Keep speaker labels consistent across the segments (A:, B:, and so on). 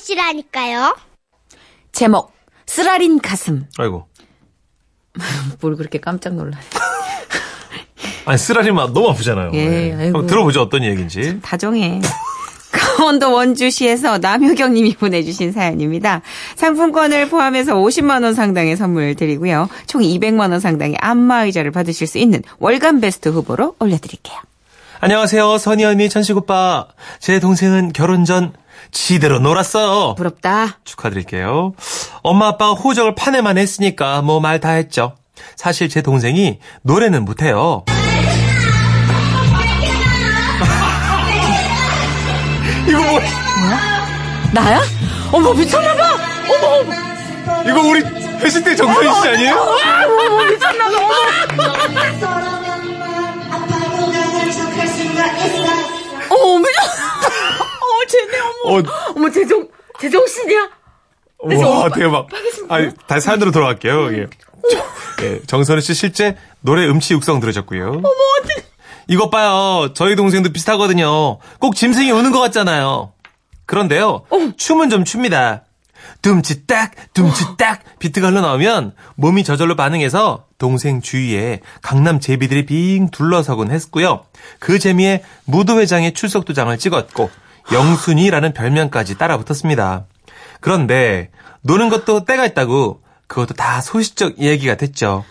A: 씨라니까요.
B: 제목 쓰라린 가슴
C: 아이고.
B: 뭘 그렇게 깜짝 놀라
C: 아니, 쓰라리만 너무 아프잖아요.
B: 예,
C: 네.
B: 아이고.
C: 한번 들어보죠, 어떤 얘기인지.
B: 다정해 강원도 원주시에서 남효경 님이 보내주신 사연입니다. 상품권을 포함해서 50만 원 상당의 선물 드리고요. 총 200만 원 상당의 안마의자를 받으실 수 있는 월간 베스트 후보로 올려드릴게요.
C: 안녕하세요, 선희 언니, 천식 오빠. 제 동생은 결혼 전 지대로 놀았어.
B: 부럽다.
C: 축하드릴게요. 엄마 아빠가 호적을 파내만 했으니까 뭐 말 다 했죠. 사실 제 동생이 노래는 못해요. 이거 뭐,
B: 나야? 어머 미쳤나봐. 어머 어머
C: 이거 우리 회식 때 정선희 씨 아니에요?
B: 어머 미쳤나봐. 어머 어머 미쳤. 어 쟤네 어머
C: 어,
B: 어머 제정 제정신이야.
C: 와, 대박. 아니, 다시 사연으로 돌아갈게요. 예. 예, 정선희 씨 실제 노래 음치 육성 들으셨고요. 어머, 이것 봐요. 저희 동생도 비슷하거든요. 꼭 짐승이 우는 것 같잖아요. 그런데요, 춤은 좀 춥니다. 둠치딱, 둠치딱 비트가 흘러나오면 몸이 저절로 반응해서 동생 주위에 강남 제비들이 빙 둘러서곤 했고요. 그 재미에 무도회장의 출석 도장을 찍었고 영순이라는 별명까지 따라 붙었습니다. 그런데 노는 것도 때가 있다고 그것도 다 소시적 얘기가 됐죠.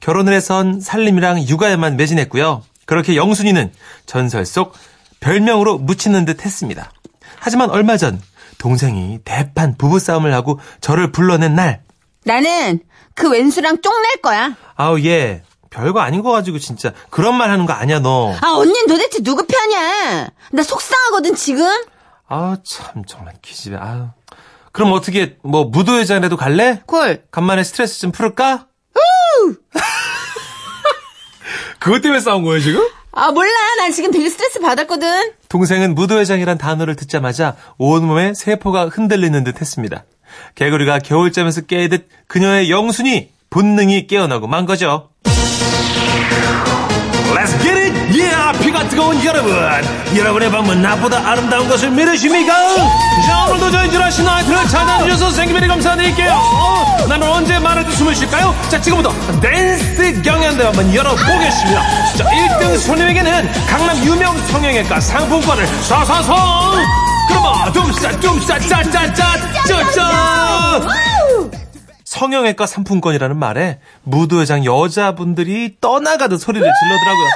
C: 결혼을 해선 살림이랑 육아에만 매진했고요. 그렇게 영순이는 전설 속 별명으로 묻히는 듯 했습니다. 하지만 얼마 전 동생이 대판 부부싸움을 하고 저를 불러낸 날
B: 나는 그 왼수랑 쪽낼 거야.
C: 아우 얘 별거 아닌 거 가지고 진짜 그런 말 하는 거 아니야 너.
B: 아, 언니는 도대체 누구 편이야? 나 속상하거든, 지금?
C: 아우 참 정말 기집애 아우. 그럼 어떻게 뭐 무도회장이라도 갈래?
B: 콜.
C: 간만에 스트레스 좀 풀을까? 그것 때문에 싸운 거예요 지금?
B: 아, 몰라. 난 지금 되게 스트레스 받았거든.
C: 동생은 무도회장이란 단어를 듣자마자 온몸에 세포가 흔들리는 듯 했습니다. 개구리가 겨울잠에서 깨듯 그녀의 영순이 본능이 깨어나고 만 거죠. Let's get it! Yeah! 피가 뜨거운 여러분! 여러분의 밤은 나보다 아름다운 것을 믿으십니까? 자, 오늘도 저희 지라시 나이트를 찾아주셔서 생기별이 감사드릴게요! 어, 나는 언제 말해도 숨을 쉴까요? 자, 지금부터 댄스 경연대 한번 열어보겠습니다. 자, 1등 손님에게는 강남 유명 성형외과 상품권을 쏴쏴쏴! 그럼, 둠싸, 둠싸, 짜짜짜, 짜짜! 성형외과 상품권이라는 말에 무도회장 여자분들이 떠나가듯 소리를 질러더라고요.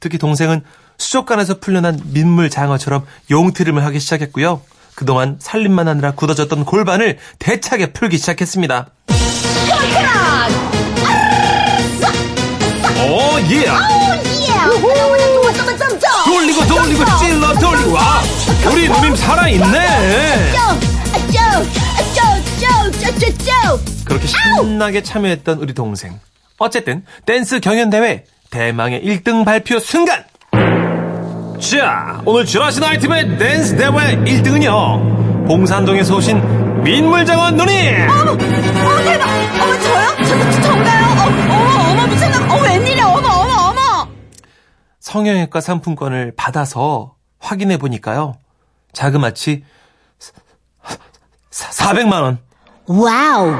C: 특히 동생은 수족관에서 풀려난 민물 장어처럼 용트림을 하기 시작했고요. 그동안 살림만 하느라 굳어졌던 골반을 대차게 풀기 시작했습니다. 오, 예!
B: 어,
C: 돌리고 돌리고 찔러 돌리고 아, 우리 누님 살아있네! 그렇게 신나게 참여했던 우리 동생. 어쨌든 댄스 경연대회 대망의 1등 발표 순간! 자, 오늘 지라시 나이팀의 댄스 대회 1등은요. 봉산동에서 오신 민물장원 누님!
B: 어, 대박! 어머, 저요? 저, 저, 저가요? 어, 어머, 어머, 미쳤나? 어, 웬일이야? 어머, 어머, 어머!
C: 성형외과 상품권을 받아서 확인해 보니까요. 자그마치 400만 원.
B: 와우.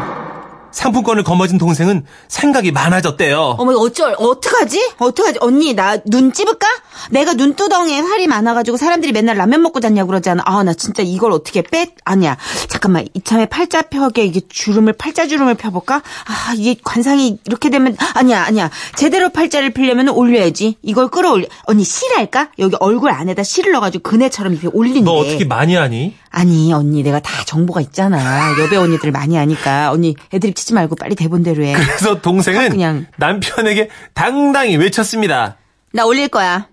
C: 상품권을 거머쥔 동생은 생각이 많아졌대요.
B: 어머, 어쩔, 어떡하지? 어떡하지? 언니, 나 눈 찝을까? 내가 눈두덩이에 살이 많아가지고 사람들이 맨날 라면 먹고 잤냐고 그러잖아. 아, 나 진짜 이걸 어떻게 빼? 아니야. 잠깐만, 이참에 팔자 펴게 이게 주름을, 팔자 주름을 펴볼까? 아, 이게 관상이 이렇게 되면, 아니야, 아니야. 제대로 팔자를 펴려면 올려야지. 이걸 끌어올려. 언니, 실할까? 여기 얼굴 안에다 실을 넣어가지고 그네처럼 이렇게 올리는
C: 너
B: 게.
C: 어떻게 많이 하니?
B: 아니 언니 내가 다 정보가 있잖아 여배 언니들 많이 아니까 언니 애드립 치지 말고 빨리 대본대로 해 나
C: 그래서 동생은
B: 그냥.
C: 남편에게 당당히 외쳤습니다.
B: 올릴 거야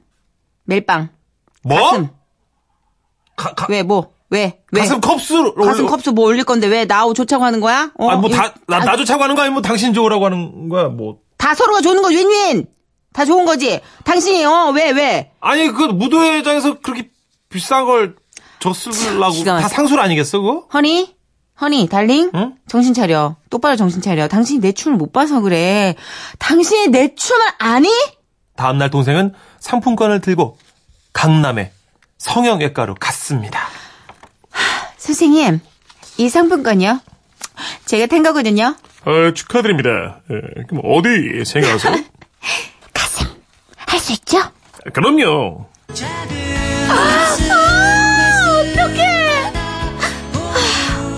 B: 멜빵
C: 뭐?
B: 가슴.
C: 가, 가,
B: 왜 뭐 왜 왜
C: 가슴 컵수로 어.
B: 가슴 컵수 뭐 올릴 건데 왜 나 좋자고 하는 거야 어,
C: 아니, 뭐,
B: 이거-
C: 다, 나,
B: 아,
C: 나도 차고 하는 거 아니면 뭐 당신 좋으라고 하는 거야, 뭐.
B: 다 서로가 좋은 거 윈윈 다 좋은 거지 당신이 어 왜 왜
C: 아니, 그, 무도회장에서 그렇게 비싼 걸 줬으려고.
B: 기가 막혀.
C: 다 상술 아니겠어, 그거?
B: 허니 허니 달링
C: 응?
B: 정신 차려 똑바로 정신 차려 당신이 내 춤을 못 봐서 그래 당신이 내 춤을 아니
C: 다음날 동생은 상품권을 들고 강남에 성형외과로 갔습니다.
B: 선생님, 이 상품권이요? 제가 탄 거거든요.
C: 아, 축하드립니다. 예, 그럼 어디 생각하세요?
B: 가슴, 할 수 있죠?
C: 그럼요.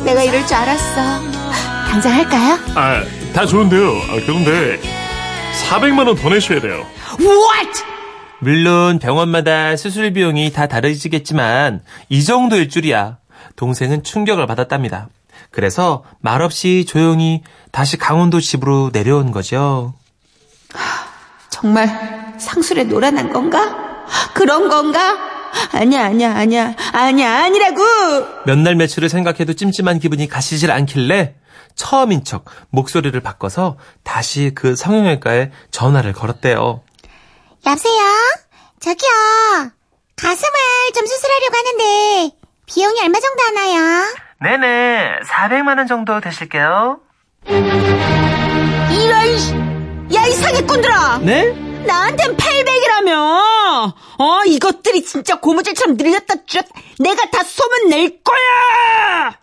B: 내가 이럴 줄 알았어. 당장 할까요?
C: 아, 다 좋은데요. 아, 그런데 400만 원 더 내셔야 돼요.
B: What?
C: 물론 병원마다 수술 비용이 다 다르지겠지만 이 정도일 줄이야. 동생은 충격을 받았답니다. 그래서 말없이 조용히 다시 강원도 집으로 내려온 거죠.
B: 정말 상술에 놀아난 건가? 그런 건가? 아니야, 아니야, 아니야, 아니야, 아니라고!
C: 몇 날 며칠을 생각해도 찜찜한 기분이 가시질 않길래 처음인 척 목소리를 바꿔서 다시 그 성형외과에 전화를 걸었대요.
A: 여보세요? 저기요. 가슴을 좀 수술하려고 하는데 비용이 얼마 정도 하나요?
C: 네네, 400만 원 정도 되실게요.
B: 이런, 씨- 야, 이 사기꾼들아!
C: 네?
B: 나한텐 800이라며! 어, 이것들이 진짜 고무줄처럼 늘렸다 줄였다. 내가 다 소문 낼 거야!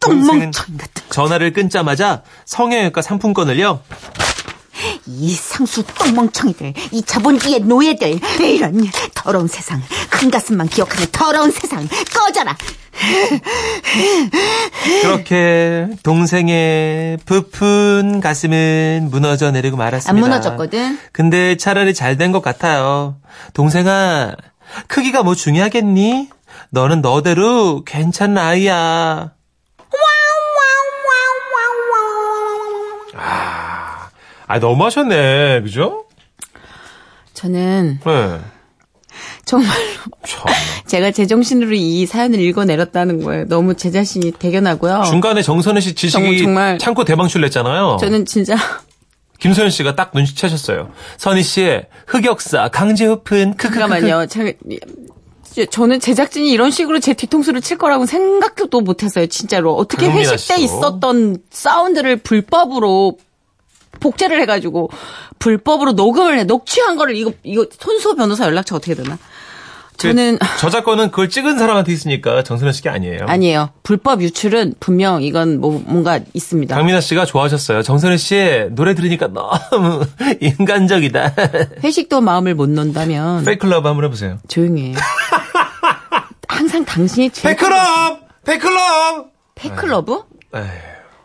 C: 동생은-
B: 똥멍청 같은.
C: 전화를 끊자마자 성형외과 상품권을요.
B: 이 상수 똥멍청이들, 이 자본주의 노예들, 이런 더러운 세상, 큰 가슴만 기억하는 더러운 세상, 꺼져라!
C: 그렇게 동생의 부푼 가슴은 무너져 내리고 말았습니다.
B: 안 무너졌거든?
C: 근데 차라리 잘 된 것 같아요. 동생아, 크기가 뭐 중요하겠니? 너는 너대로 괜찮은 아이야. 아, 아 너무하셨네, 그죠?
B: 저는
C: 네.
B: 정말로
C: 참.
B: 제가 제정신으로 이 사연을 읽어내렸다는 거예요. 너무 제 자신이 대견하고요.
C: 중간에 정선우 씨 지식이
B: 정말, 정말.
C: 참고 대방출 냈잖아요.
B: 저는 진짜
C: 김소연 씨가 딱 눈치채셨어요. 선희 씨의 흑역사, 강제호픈, 크크크크.
B: 잠깐만요. 제가- 저는 제작진이 이런 식으로 제 뒤통수를 칠 거라고 생각도 못했어요. 진짜로 어떻게
C: 장민아
B: 회식 때
C: 씨도.
B: 있었던 사운드를 불법으로 복제를 해가지고 불법으로 녹음을 해 녹취한 거를 이거 이거 손수 변호사 연락처 어떻게 되나?
C: 그
B: 저는
C: 저작권은 그걸 찍은 사람한테 있으니까 정선우 씨가 아니에요.
B: 아니에요. 불법 유출은 분명 이건 뭐 뭔가 있습니다.
C: 강민아 씨가 좋아하셨어요. 정선우 씨의 노래 들으니까 너무 인간적이다.
B: 회식도 마음을 못 논다면
C: 페이클럽 한번 해보세요.
B: 조용히 해. 항상 당신이 제일
C: 페클럽! 페클럽!
B: 페클러브?
C: 에휴,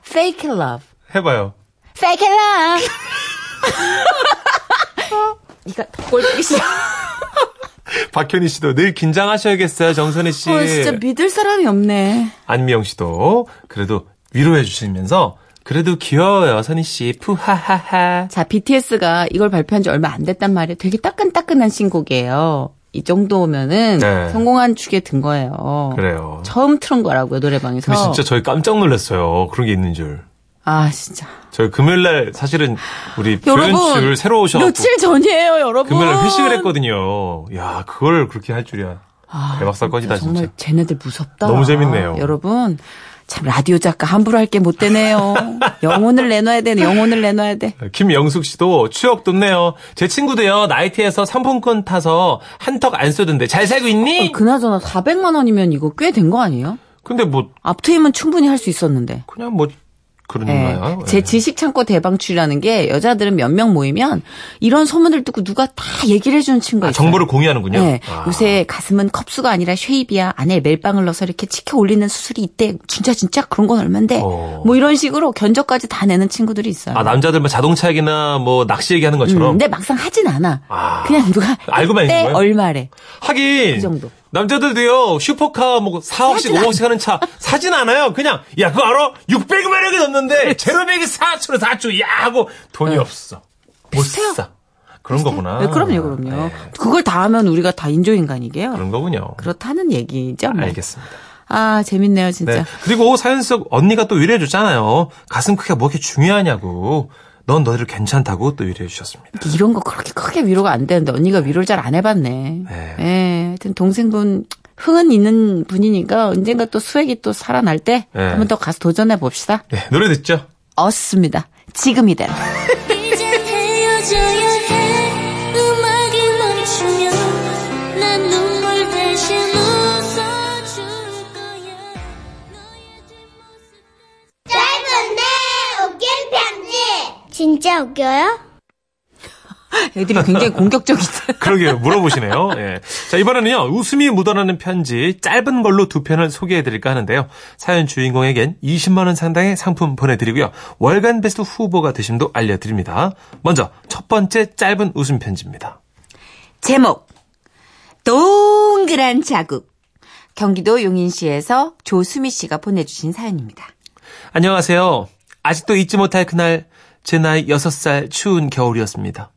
B: 페이크 러브.
C: 해봐요.
A: Fake love.
B: 네가 꼴보기 싫어.
C: 박현희 씨도 늘 긴장하셔야겠어요, 정선희 씨.
B: 어, 진짜 믿을 사람이 없네.
C: 안미영 씨도 그래도 위로해 주시면서 그래도 귀여워요, 선희 씨. 푸하하하.
B: 자, BTS가 이걸 발표한 지 얼마 안 됐단 말이에요. 되게 따끈따끈한 신곡이에요. 이 정도면은
C: 네.
B: 성공한 축에 든 거예요.
C: 그래요.
B: 처음 틀은 거라고요, 노래방에서.
C: 근데 진짜 저희 깜짝 놀랐어요. 그런 게 있는 줄.
B: 아, 진짜.
C: 저희 금요일 날 사실은 우리 조연
B: 여러분.
C: 씨를 새로 오셔서
B: 며칠 전이에요, 여러분.
C: 금요일 날 회식을 했거든요. 야, 그걸 그렇게 할 줄이야.
B: 아,
C: 대박 사건이다, 진짜.
B: 정말 쟤네들 무섭다.
C: 너무 재밌네요.
B: 여러분, 참 라디오 작가 함부로 할 게 못 되네요. 영혼을 내놔야 돼, 영혼을 내놔야 돼.
C: 김영숙 씨도 추억 돋네요. 제 친구도요, 나이트에서 상품권 타서 한턱 안 쏘던데 잘 살고 있니?
B: 어, 그나저나 400만 원이면 이거 꽤 된 거 아니에요?
C: 근데 뭐,
B: 앞트임은 충분히 할 수 있었는데.
C: 그냥 뭐, 그런
B: 예.
C: 거야.
B: 제 지식 창고 대방출이라는 게 여자들은 몇 명 모이면 이런 소문을 듣고 누가 다 얘기를 해주는 친구가
C: 아,
B: 있어요.
C: 정보를 공유하는군요.
B: 네.
C: 아.
B: 요새 가슴은 컵수가 아니라 쉐입이야. 안에 멜빵을 넣어서 이렇게 치켜 올리는 수술이 있대. 진짜 진짜 그런 건 얼만데.
C: 어.
B: 뭐 이런 식으로 견적까지 다 내는 친구들이 있어요.
C: 아, 남자들만 자동차 얘기나 뭐, 낚시
B: 음,
C: 얘기하는 것처럼.
B: 근데 막상 하진 않아.
C: 아.
B: 그냥 누가
C: 알고만 있는
B: 이때
C: 거예요?
B: 얼마래.
C: 하긴
B: 그 정도.
C: 남자들도요 슈퍼카 뭐 4억씩 5억씩 하는 차 사진 않아요 그냥 야 그거 알아? 600만 원이 넘는데 제로백이 4초로 4초 야 하고 돈이 없어
B: 네. 비슷해요.
C: 못사 그런 거구나
B: 네, 그럼요, 그럼요.
C: 아. 네,
B: 그걸 다 하면 우리가 다 인조인간이게요.
C: 그런 거군요
B: 그렇다는 얘기죠. 뭐.
C: 알겠습니다
B: 아, 재밌네요, 진짜.
C: 네. 그리고 사연 속 언니가 또 위로해 줬잖아요 가슴 크기가 뭐 이렇게 중요하냐고 넌 너희를 괜찮다고 또 위로해 주셨습니다
B: 이런 거 그렇게 크게 위로가 안 되는데 언니가 위로를 잘 안 해봤네.
C: 네.
B: 예. 하여튼 동생분 흥은 있는 분이니까 언젠가 또 수액이 또 살아날 때
C: 네.
B: 한 번 더 가서 도전해 봅시다.
C: 네, 노래 듣죠
B: 얻습니다. 지금이대로.
A: 이제 헤어져야 해. 음악이 멈추면 진짜 웃겨요?
B: 애들이 굉장히 공격적이다.
C: 그러게요. 물어보시네요. 예. 자, 이번에는요. 웃음이 묻어나는 편지 짧은 걸로 두 편을 소개해 드릴까 하는데요. 사연 주인공에겐 20만 원 상당의 상품 보내 드리고요. 월간 베스트 후보가 되심도 알려 드립니다. 먼저 첫 번째 짧은 웃음 편지입니다.
B: 제목 동그란 자국 경기도 용인시에서 조수미 씨가 보내주신 사연입니다.
C: 안녕하세요. 아직도 잊지 못할 그날 제 나이 6살 추운 겨울이었습니다.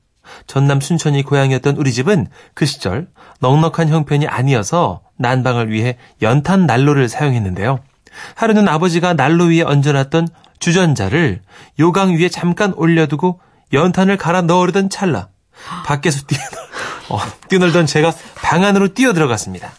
C: 전남 순천이 고향이었던 우리 집은 그 시절 넉넉한 형편이 아니어서 난방을 위해 연탄 난로를 사용했는데요. 하루는 아버지가 난로 위에 얹어놨던 주전자를 요강 위에 잠깐 올려두고 연탄을 갈아 넣으려던 찰나 밖에서 뛰어놀, 어, 뛰어놀던 제가 방 안으로 뛰어들어갔습니다.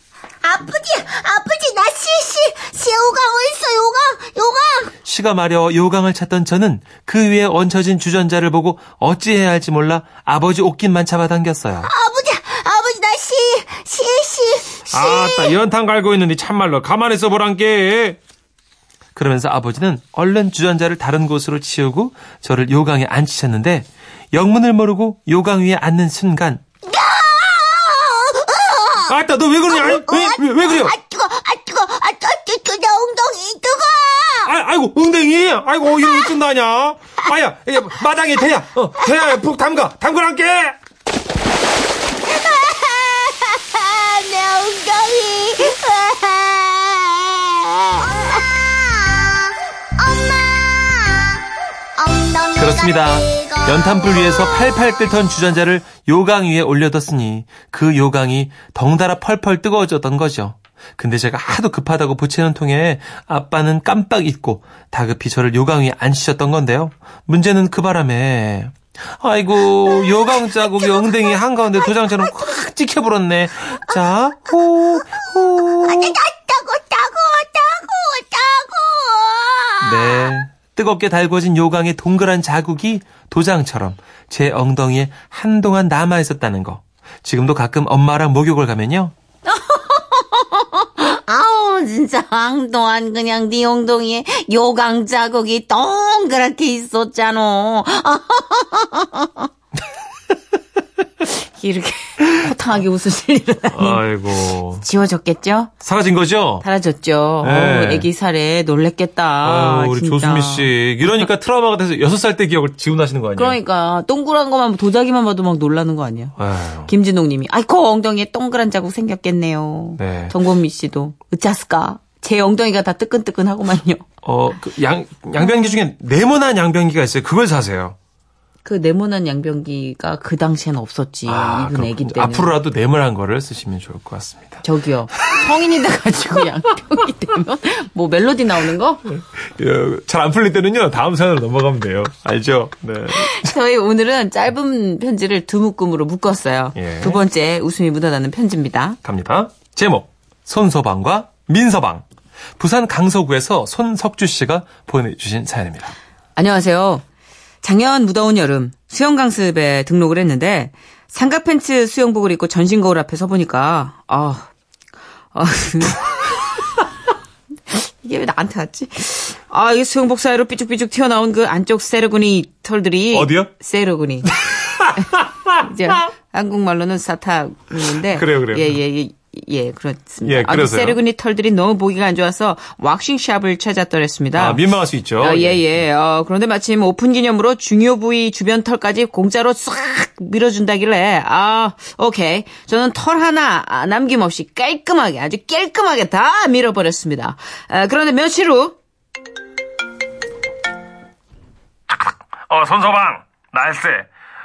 A: 아프지, 아프지, 나 시시, 시호가 어딨어, 요가, 요가.
C: 시가 마려 요강을 찾던 저는 그 위에 얹혀진 주전자를 보고 어찌해야 할지 몰라 아버지 옷깃만 잡아당겼어요.
A: 아버지, 아버지, 나 시, 시시, 시.
C: 아따 연탄 갈고 있는데 참말로 가만히 있어보란께 그러면서 아버지는 얼른 주전자를 다른 곳으로 치우고 저를 요강에 앉히셨는데 영문을 모르고 요강 위에 앉는 순간 아따 너 왜 그러냐 아이, 왜, 왜, 왜 그래요
A: 아, 뜨거, 아, 뜨거, 아, 뜨거, 뜨거, 내 엉덩이 뜨거.
C: 아, 아이고 웅댕이 아이고 이러면 뜬다냐 아야 이게 마당에 대야 어, 대야 푹 담가 담그란께
A: 아, 내 엉덩이. 엄마, 엄마, 엉덩이가
C: 그렇습니다.
A: 뜨거워.
C: 연탄불 위에서 팔팔 끓던 주전자를 요강 위에 올려뒀으니 그 요강이 덩달아 펄펄 뜨거워졌던 거죠. 근데 제가 하도 급하다고 부채는 통에 아빠는 깜빡 잊고 다급히 저를 요강 위에 앉히셨던 건데요. 문제는 그 바람에 아이고 요강 자국이 엉덩이 한가운데 도장처럼 확 찍혀버렸네. 자, 호, 호.
A: 아, 따고, 따고, 따고, 따고.
C: 네. 뜨겁게 달궈진 요강의 동그란 자국이 도장처럼 제 엉덩이에 한동안 남아 있었다는 거. 지금도 가끔 엄마랑 목욕을 가면요.
B: 아우 진짜 한동안 그냥 네 엉덩이에 요강 자국이 동그랗게 있었잖아. 이렇게 호탕하게 웃으실 일은
C: 아이고.
B: 지워졌겠죠?
C: 사라진 거죠?
B: 사라졌죠.
C: 네.
B: 어우, 애기 살에 놀랬겠다.
C: 아유, 어, 우리
B: 진짜.
C: 조수미 씨. 이러니까 트라우마가 돼서 6살 때 기억을 지운하시는 거 아니에요?
B: 그러니까 동그란 것만 도자기만 봐도 막 놀라는 거 아니야.
C: 아유.
B: 김진동님이 아이코 엉덩이에 동그란 자국 생겼겠네요.
C: 네.
B: 정범미 씨도 으짜스까 제 엉덩이가 다 뜨끈뜨끈하고만요.
C: 어, 그 양, 양변기 중에 네모난 양변기가 있어요. 그걸 사세요.
B: 그 네모난 양변기가 그 당시엔 없었지.
C: 아,
B: 이분
C: 그렇군요.
B: 애기 때는.
C: 앞으로라도 네모난 거를 쓰시면 좋을 것 같습니다.
B: 저기요. 성인이 돼가지고 양변기 되면 뭐 멜로디 나오는 거?
C: 예, 잘 안 풀릴 때는요, 다음 사연으로 넘어가면 돼요. 알죠? 네.
B: 저희 오늘은 짧은 편지를 두 묶음으로 묶었어요.
C: 예.
B: 두 번째 웃음이 묻어나는 편지입니다.
C: 갑니다. 제목 손서방과 민서방 부산 강서구에서 손석주 씨가 보내주신 사연입니다.
B: 안녕하세요. 작년 무더운 여름 수영 강습에 등록을 했는데 삼각 팬츠 수영복을 입고 전신 거울 앞에 서 보니까 아, 아 이게 왜 나한테 왔지? 아, 이 수영복 사이로 삐죽삐죽 튀어나온 그 안쪽 세르구니 털들이
C: 어디요?
B: 세르구니. 이제 한국말로는 사타구니인데
C: 그래요, 그래요.
B: 예, 예, 예. 예, 그렇습니다.
C: 예,
B: 아, 그
C: 그래서요.
B: 세르구니 털들이 너무 보기가 안 좋아서 왁싱샵을 찾았더랬습니다.
C: 아, 민망할 수 있죠.
B: 아, 예, 예. 어, 그런데 마침 오픈 기념으로 중요 부위 주변 털까지 공짜로 싹 밀어준다길래, 아, 오케이. 저는 털 하나 아, 남김없이 깔끔하게, 아주 깔끔하게 다 밀어버렸습니다. 아, 그런데 며칠 후,
D: 어, 손서방, 날쎄.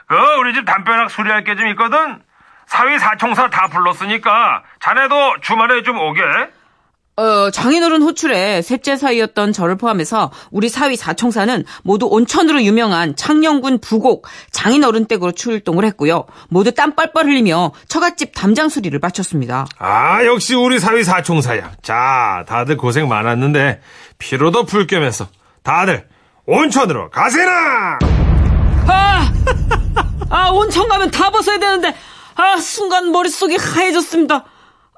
D: 그, 우리 집 담벼락 수리할 게 좀 있거든? 사위 사총사 다 불렀으니까, 자네도 주말에 좀 오게.
B: 어, 장인어른 호출에 셋째 사위였던 저를 포함해서 우리 사위 사총사는 모두 온천으로 유명한 창녕군 부곡 장인어른 댁으로 출동을 했고요. 모두 땀 뻘뻘 흘리며 처갓집 담장 수리를 마쳤습니다.
C: 아, 역시 우리 사위 사총사야. 자, 다들 고생 많았는데 피로도 풀 겸해서 다들 온천으로 가세나.
B: 아! 아, 온천 가면 다 벗어야 되는데, 아, 순간 머릿속이 하얘졌습니다.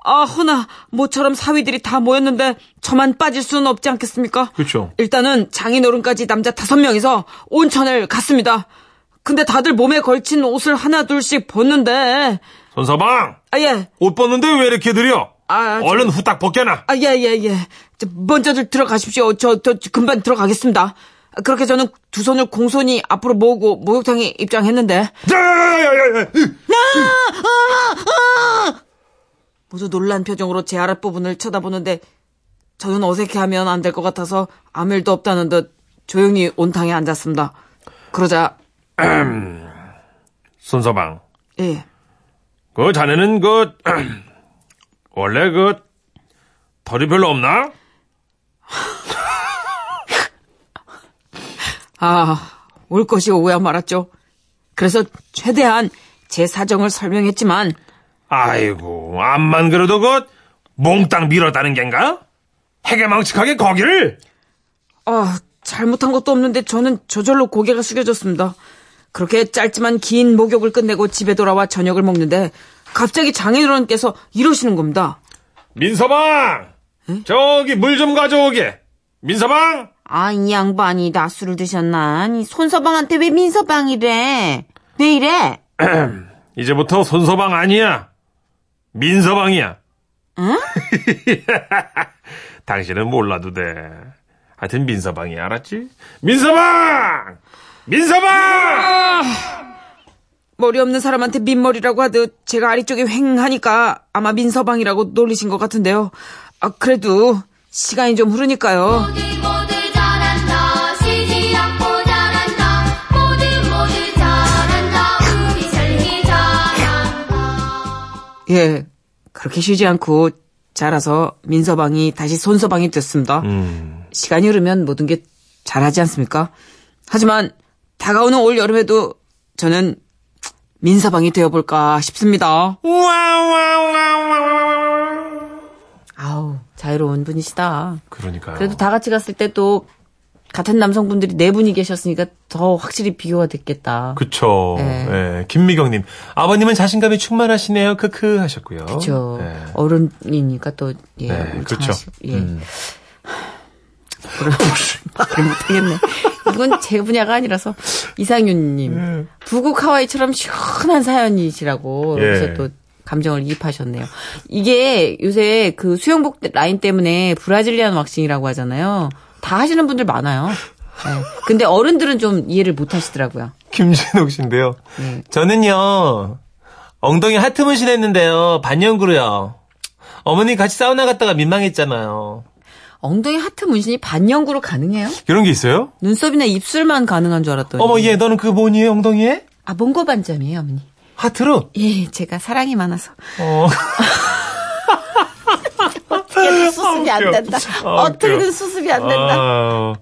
B: 아, 허나, 모처럼 사위들이 다 모였는데 저만 빠질 수는 없지 않겠습니까?
C: 그쵸.
B: 일단은 장인어른까지 남자 다섯 명이서 온천을 갔습니다. 근데 다들 몸에 걸친 옷을 하나 둘씩 벗는데,
D: 손서방
B: 아, 예,
D: 옷 벗는데 왜 이렇게 느려?
B: 아, 저-
D: 얼른 후딱 벗겨놔.
B: 아, 예, 예, 예. 저, 먼저들 들어가십시오. 저, 저, 저 금방 들어가겠습니다. 그렇게 저는 두 손을 공손히 앞으로 모으고 목욕탕에 입장했는데,
D: 야야야야야!
B: 모두 놀란 표정으로 제 아랫부분을 쳐다보는데 저는 어색해하면 안 될 것 같아서 아무 일도 없다는 듯 조용히 온탕에 앉았습니다. 그러자
D: 손서방
B: 예.
D: 그 자네는 그 원래 그 덜이 별로 없나?
B: 아, 올 것이 오고야 말았죠. 그래서 최대한 제 사정을 설명했지만
D: 아이고 암만 그래도 그 몽땅 밀었다는 겐가? 해괴망측하게 거기를
B: 아, 잘못한 것도 없는데 저는 저절로 고개가 숙여졌습니다. 그렇게 짧지만 긴 목욕을 끝내고 집에 돌아와 저녁을 먹는데 갑자기 장인어른께서 이러시는 겁니다.
D: 민서방 저기 물 좀 가져오게 민서방
B: 아, 이 양반이 낮술을 드셨나? 아니, 손서방한테 왜 민서방이래? 왜 이래?
D: 이제부터 손서방 아니야. 민서방이야. 응? 당신은 몰라도 돼. 하여튼 민서방이야, 알았지? 민서방! 민서방!
B: 머리 없는 사람한테 민머리라고 하듯 제가 아리 쪽이 횡하니까 아마 민서방이라고 놀리신 것 같은데요. 아, 그래도 시간이 좀 흐르니까요.
E: 모두 모두 잘한다 쉬지 않고 잘한다 모두 모두 잘한다 우리 슬기 잘한다
B: 예, 그렇게 쉬지 않고 자라서 민서방이 다시 손서방이 됐습니다.
D: 음.
B: 시간이 흐르면 모든 게 잘하지 않습니까? 하지만 다가오는 올 여름에도 저는 민서방이 되어볼까 싶습니다. 아우 자유로운 분이시다.
C: 그러니까요.
B: 그래도 다 같이 갔을 때 또 같은 남성분들이 네 분이 계셨으니까 더 확실히 비교가 됐겠다.
C: 그쵸.
B: 예.
C: 예, 김미경님. 아버님은 자신감이 충만하시네요. 크크 하셨고요.
B: 그렇죠.
C: 예.
B: 어른이니까 또 예,
C: 네,
B: 우리
C: 그렇죠.
B: 장하씨, 예. 뭐라- 말을 못하겠네. 이건 제 분야가 아니라서
C: 네.
B: 이상윤님 부국 하와이처럼 시원한 사연이시라고
C: 예.
B: 그래서 또 감정을 이입하셨네요. 이게 요새 그 수영복 라인 때문에 브라질리안 왁싱이라고 하잖아요. 다 하시는 분들 많아요. 예. 근데 어른들은 좀 이해를 못 하시더라고요.
C: 김진욱 씨인데요.
B: 음.
C: 저는요, 엉덩이 하트 문신했는데요. 반영구로요. 어머니 같이 사우나 갔다가 민망했잖아요.
B: 엉덩이 하트 문신이 반영구로 가능해요?
C: 이런 게 있어요?
B: 눈썹이나 입술만 가능한 줄 알았더니.
C: 어머, 얘, 너는 그거 뭐니, 엉덩이에?
B: 아, 몽고 반점이에요, 어머니.
C: 하트로?
B: 예, 제가 사랑이 많아서.
C: 어.
B: 수습이 안 된다.
C: 아,
B: 어떻게든
C: 웃겨.
B: 수습이 안 된다.
C: 아유.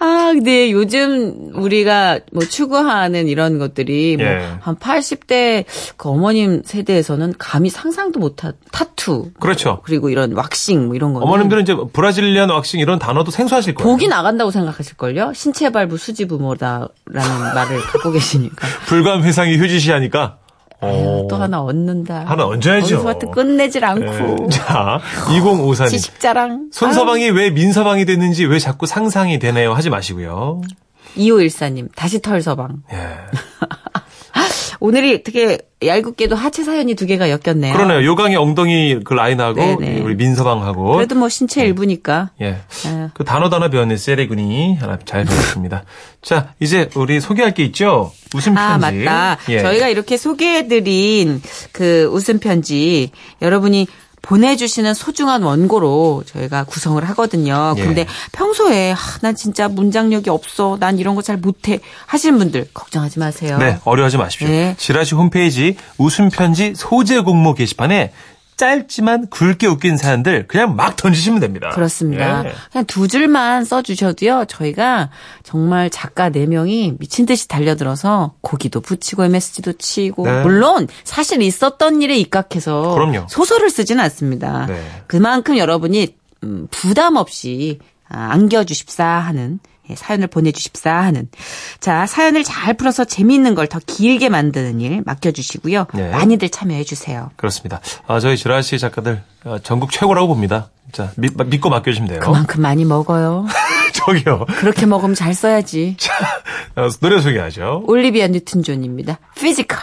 B: 아, 근데 요즘 우리가 뭐 추구하는 이런 것들이 뭐
C: 예.
B: 한 80대 그 어머님 세대에서는 감히 상상도 못한 타투.
C: 그렇죠.
B: 그리고 이런 왁싱 뭐 이런 거.
C: 어머님들은 이제 브라질리안 왁싱 이런 단어도 생소하실 거예요.
B: 복이 나간다고 생각하실걸요? 신체 발부 수지 부모다라는 말을 갖고 계시니까.
C: 불감 회상이 휴지시하니까. 어.
B: 아유, 또 하나 얻는다.
C: 하나 얹어야죠.
B: 원수한테 끝내질 않고.
C: 네. 자, 2054님.
B: 지식자랑.
C: 예. 손서방이 왜 민서방이 됐는지 왜 자꾸 상상이 되네요 하지 마시고요.
B: 2514님, 다시 털서방.
C: 예.
B: 오늘이 되게 얄궂게도 하체 사연이 두 개가 엮였네요.
C: 그러네요. 요강의 엉덩이 그 라인하고
B: 아. 네네.
C: 우리 민서방하고
B: 그래도 뭐 신체 일부니까.
C: 예.
B: 예.
C: 그 단어 단어 배웠네 세레군이 하나 잘 배웠습니다. 자, 이제 우리 소개할 게 있죠. 웃음
B: 아,
C: 편지.
B: 맞다.
C: 예.
B: 저희가 이렇게 소개해드린 그 웃음편지, 여러분이 보내주시는 소중한 원고로 저희가 구성을 하거든요.
C: 예.
B: 근데 평소에, 아, 난 진짜 문장력이 없어. 난 이런 거 잘 못해. 하시는 분들, 걱정하지 마세요.
C: 네, 어려워하지 마십시오.
B: 네.
C: 지라시 홈페이지 웃음 편지 소재 공모 게시판에 짧지만 굵게 웃긴 사연들 그냥 막 던지시면 됩니다.
B: 그렇습니다.
C: 아, 예.
B: 그냥 두 줄만 써주셔도요, 저희가 정말 작가 네명이 미친 듯이 달려들어서 고기도 붙이고 MSG도 치고,
C: 네.
B: 물론 사실 있었던 일에 입각해서
C: 그럼요.
B: 소설을 쓰진 않습니다.
C: 네.
B: 그만큼 여러분이 음, 부담 없이 아, 안겨주십사 하는 예, 사연을 보내주십사 하는. 자, 사연을 잘 풀어서 재미있는 걸 더 길게 만드는 일 맡겨주시고요.
C: 네.
B: 많이들 참여해주세요.
C: 그렇습니다. 아, 저희 지라 씨 작가들 아, 전국 최고라고 봅니다. 자, 믿, 믿고 맡겨주시면 돼요.
B: 그만큼 많이 먹어요.
C: 저기요.
B: 그렇게 먹으면 잘 써야지.
C: 아, 노래 소개하죠.
B: 올리비아 뉴튼 존입니다. 피지컬.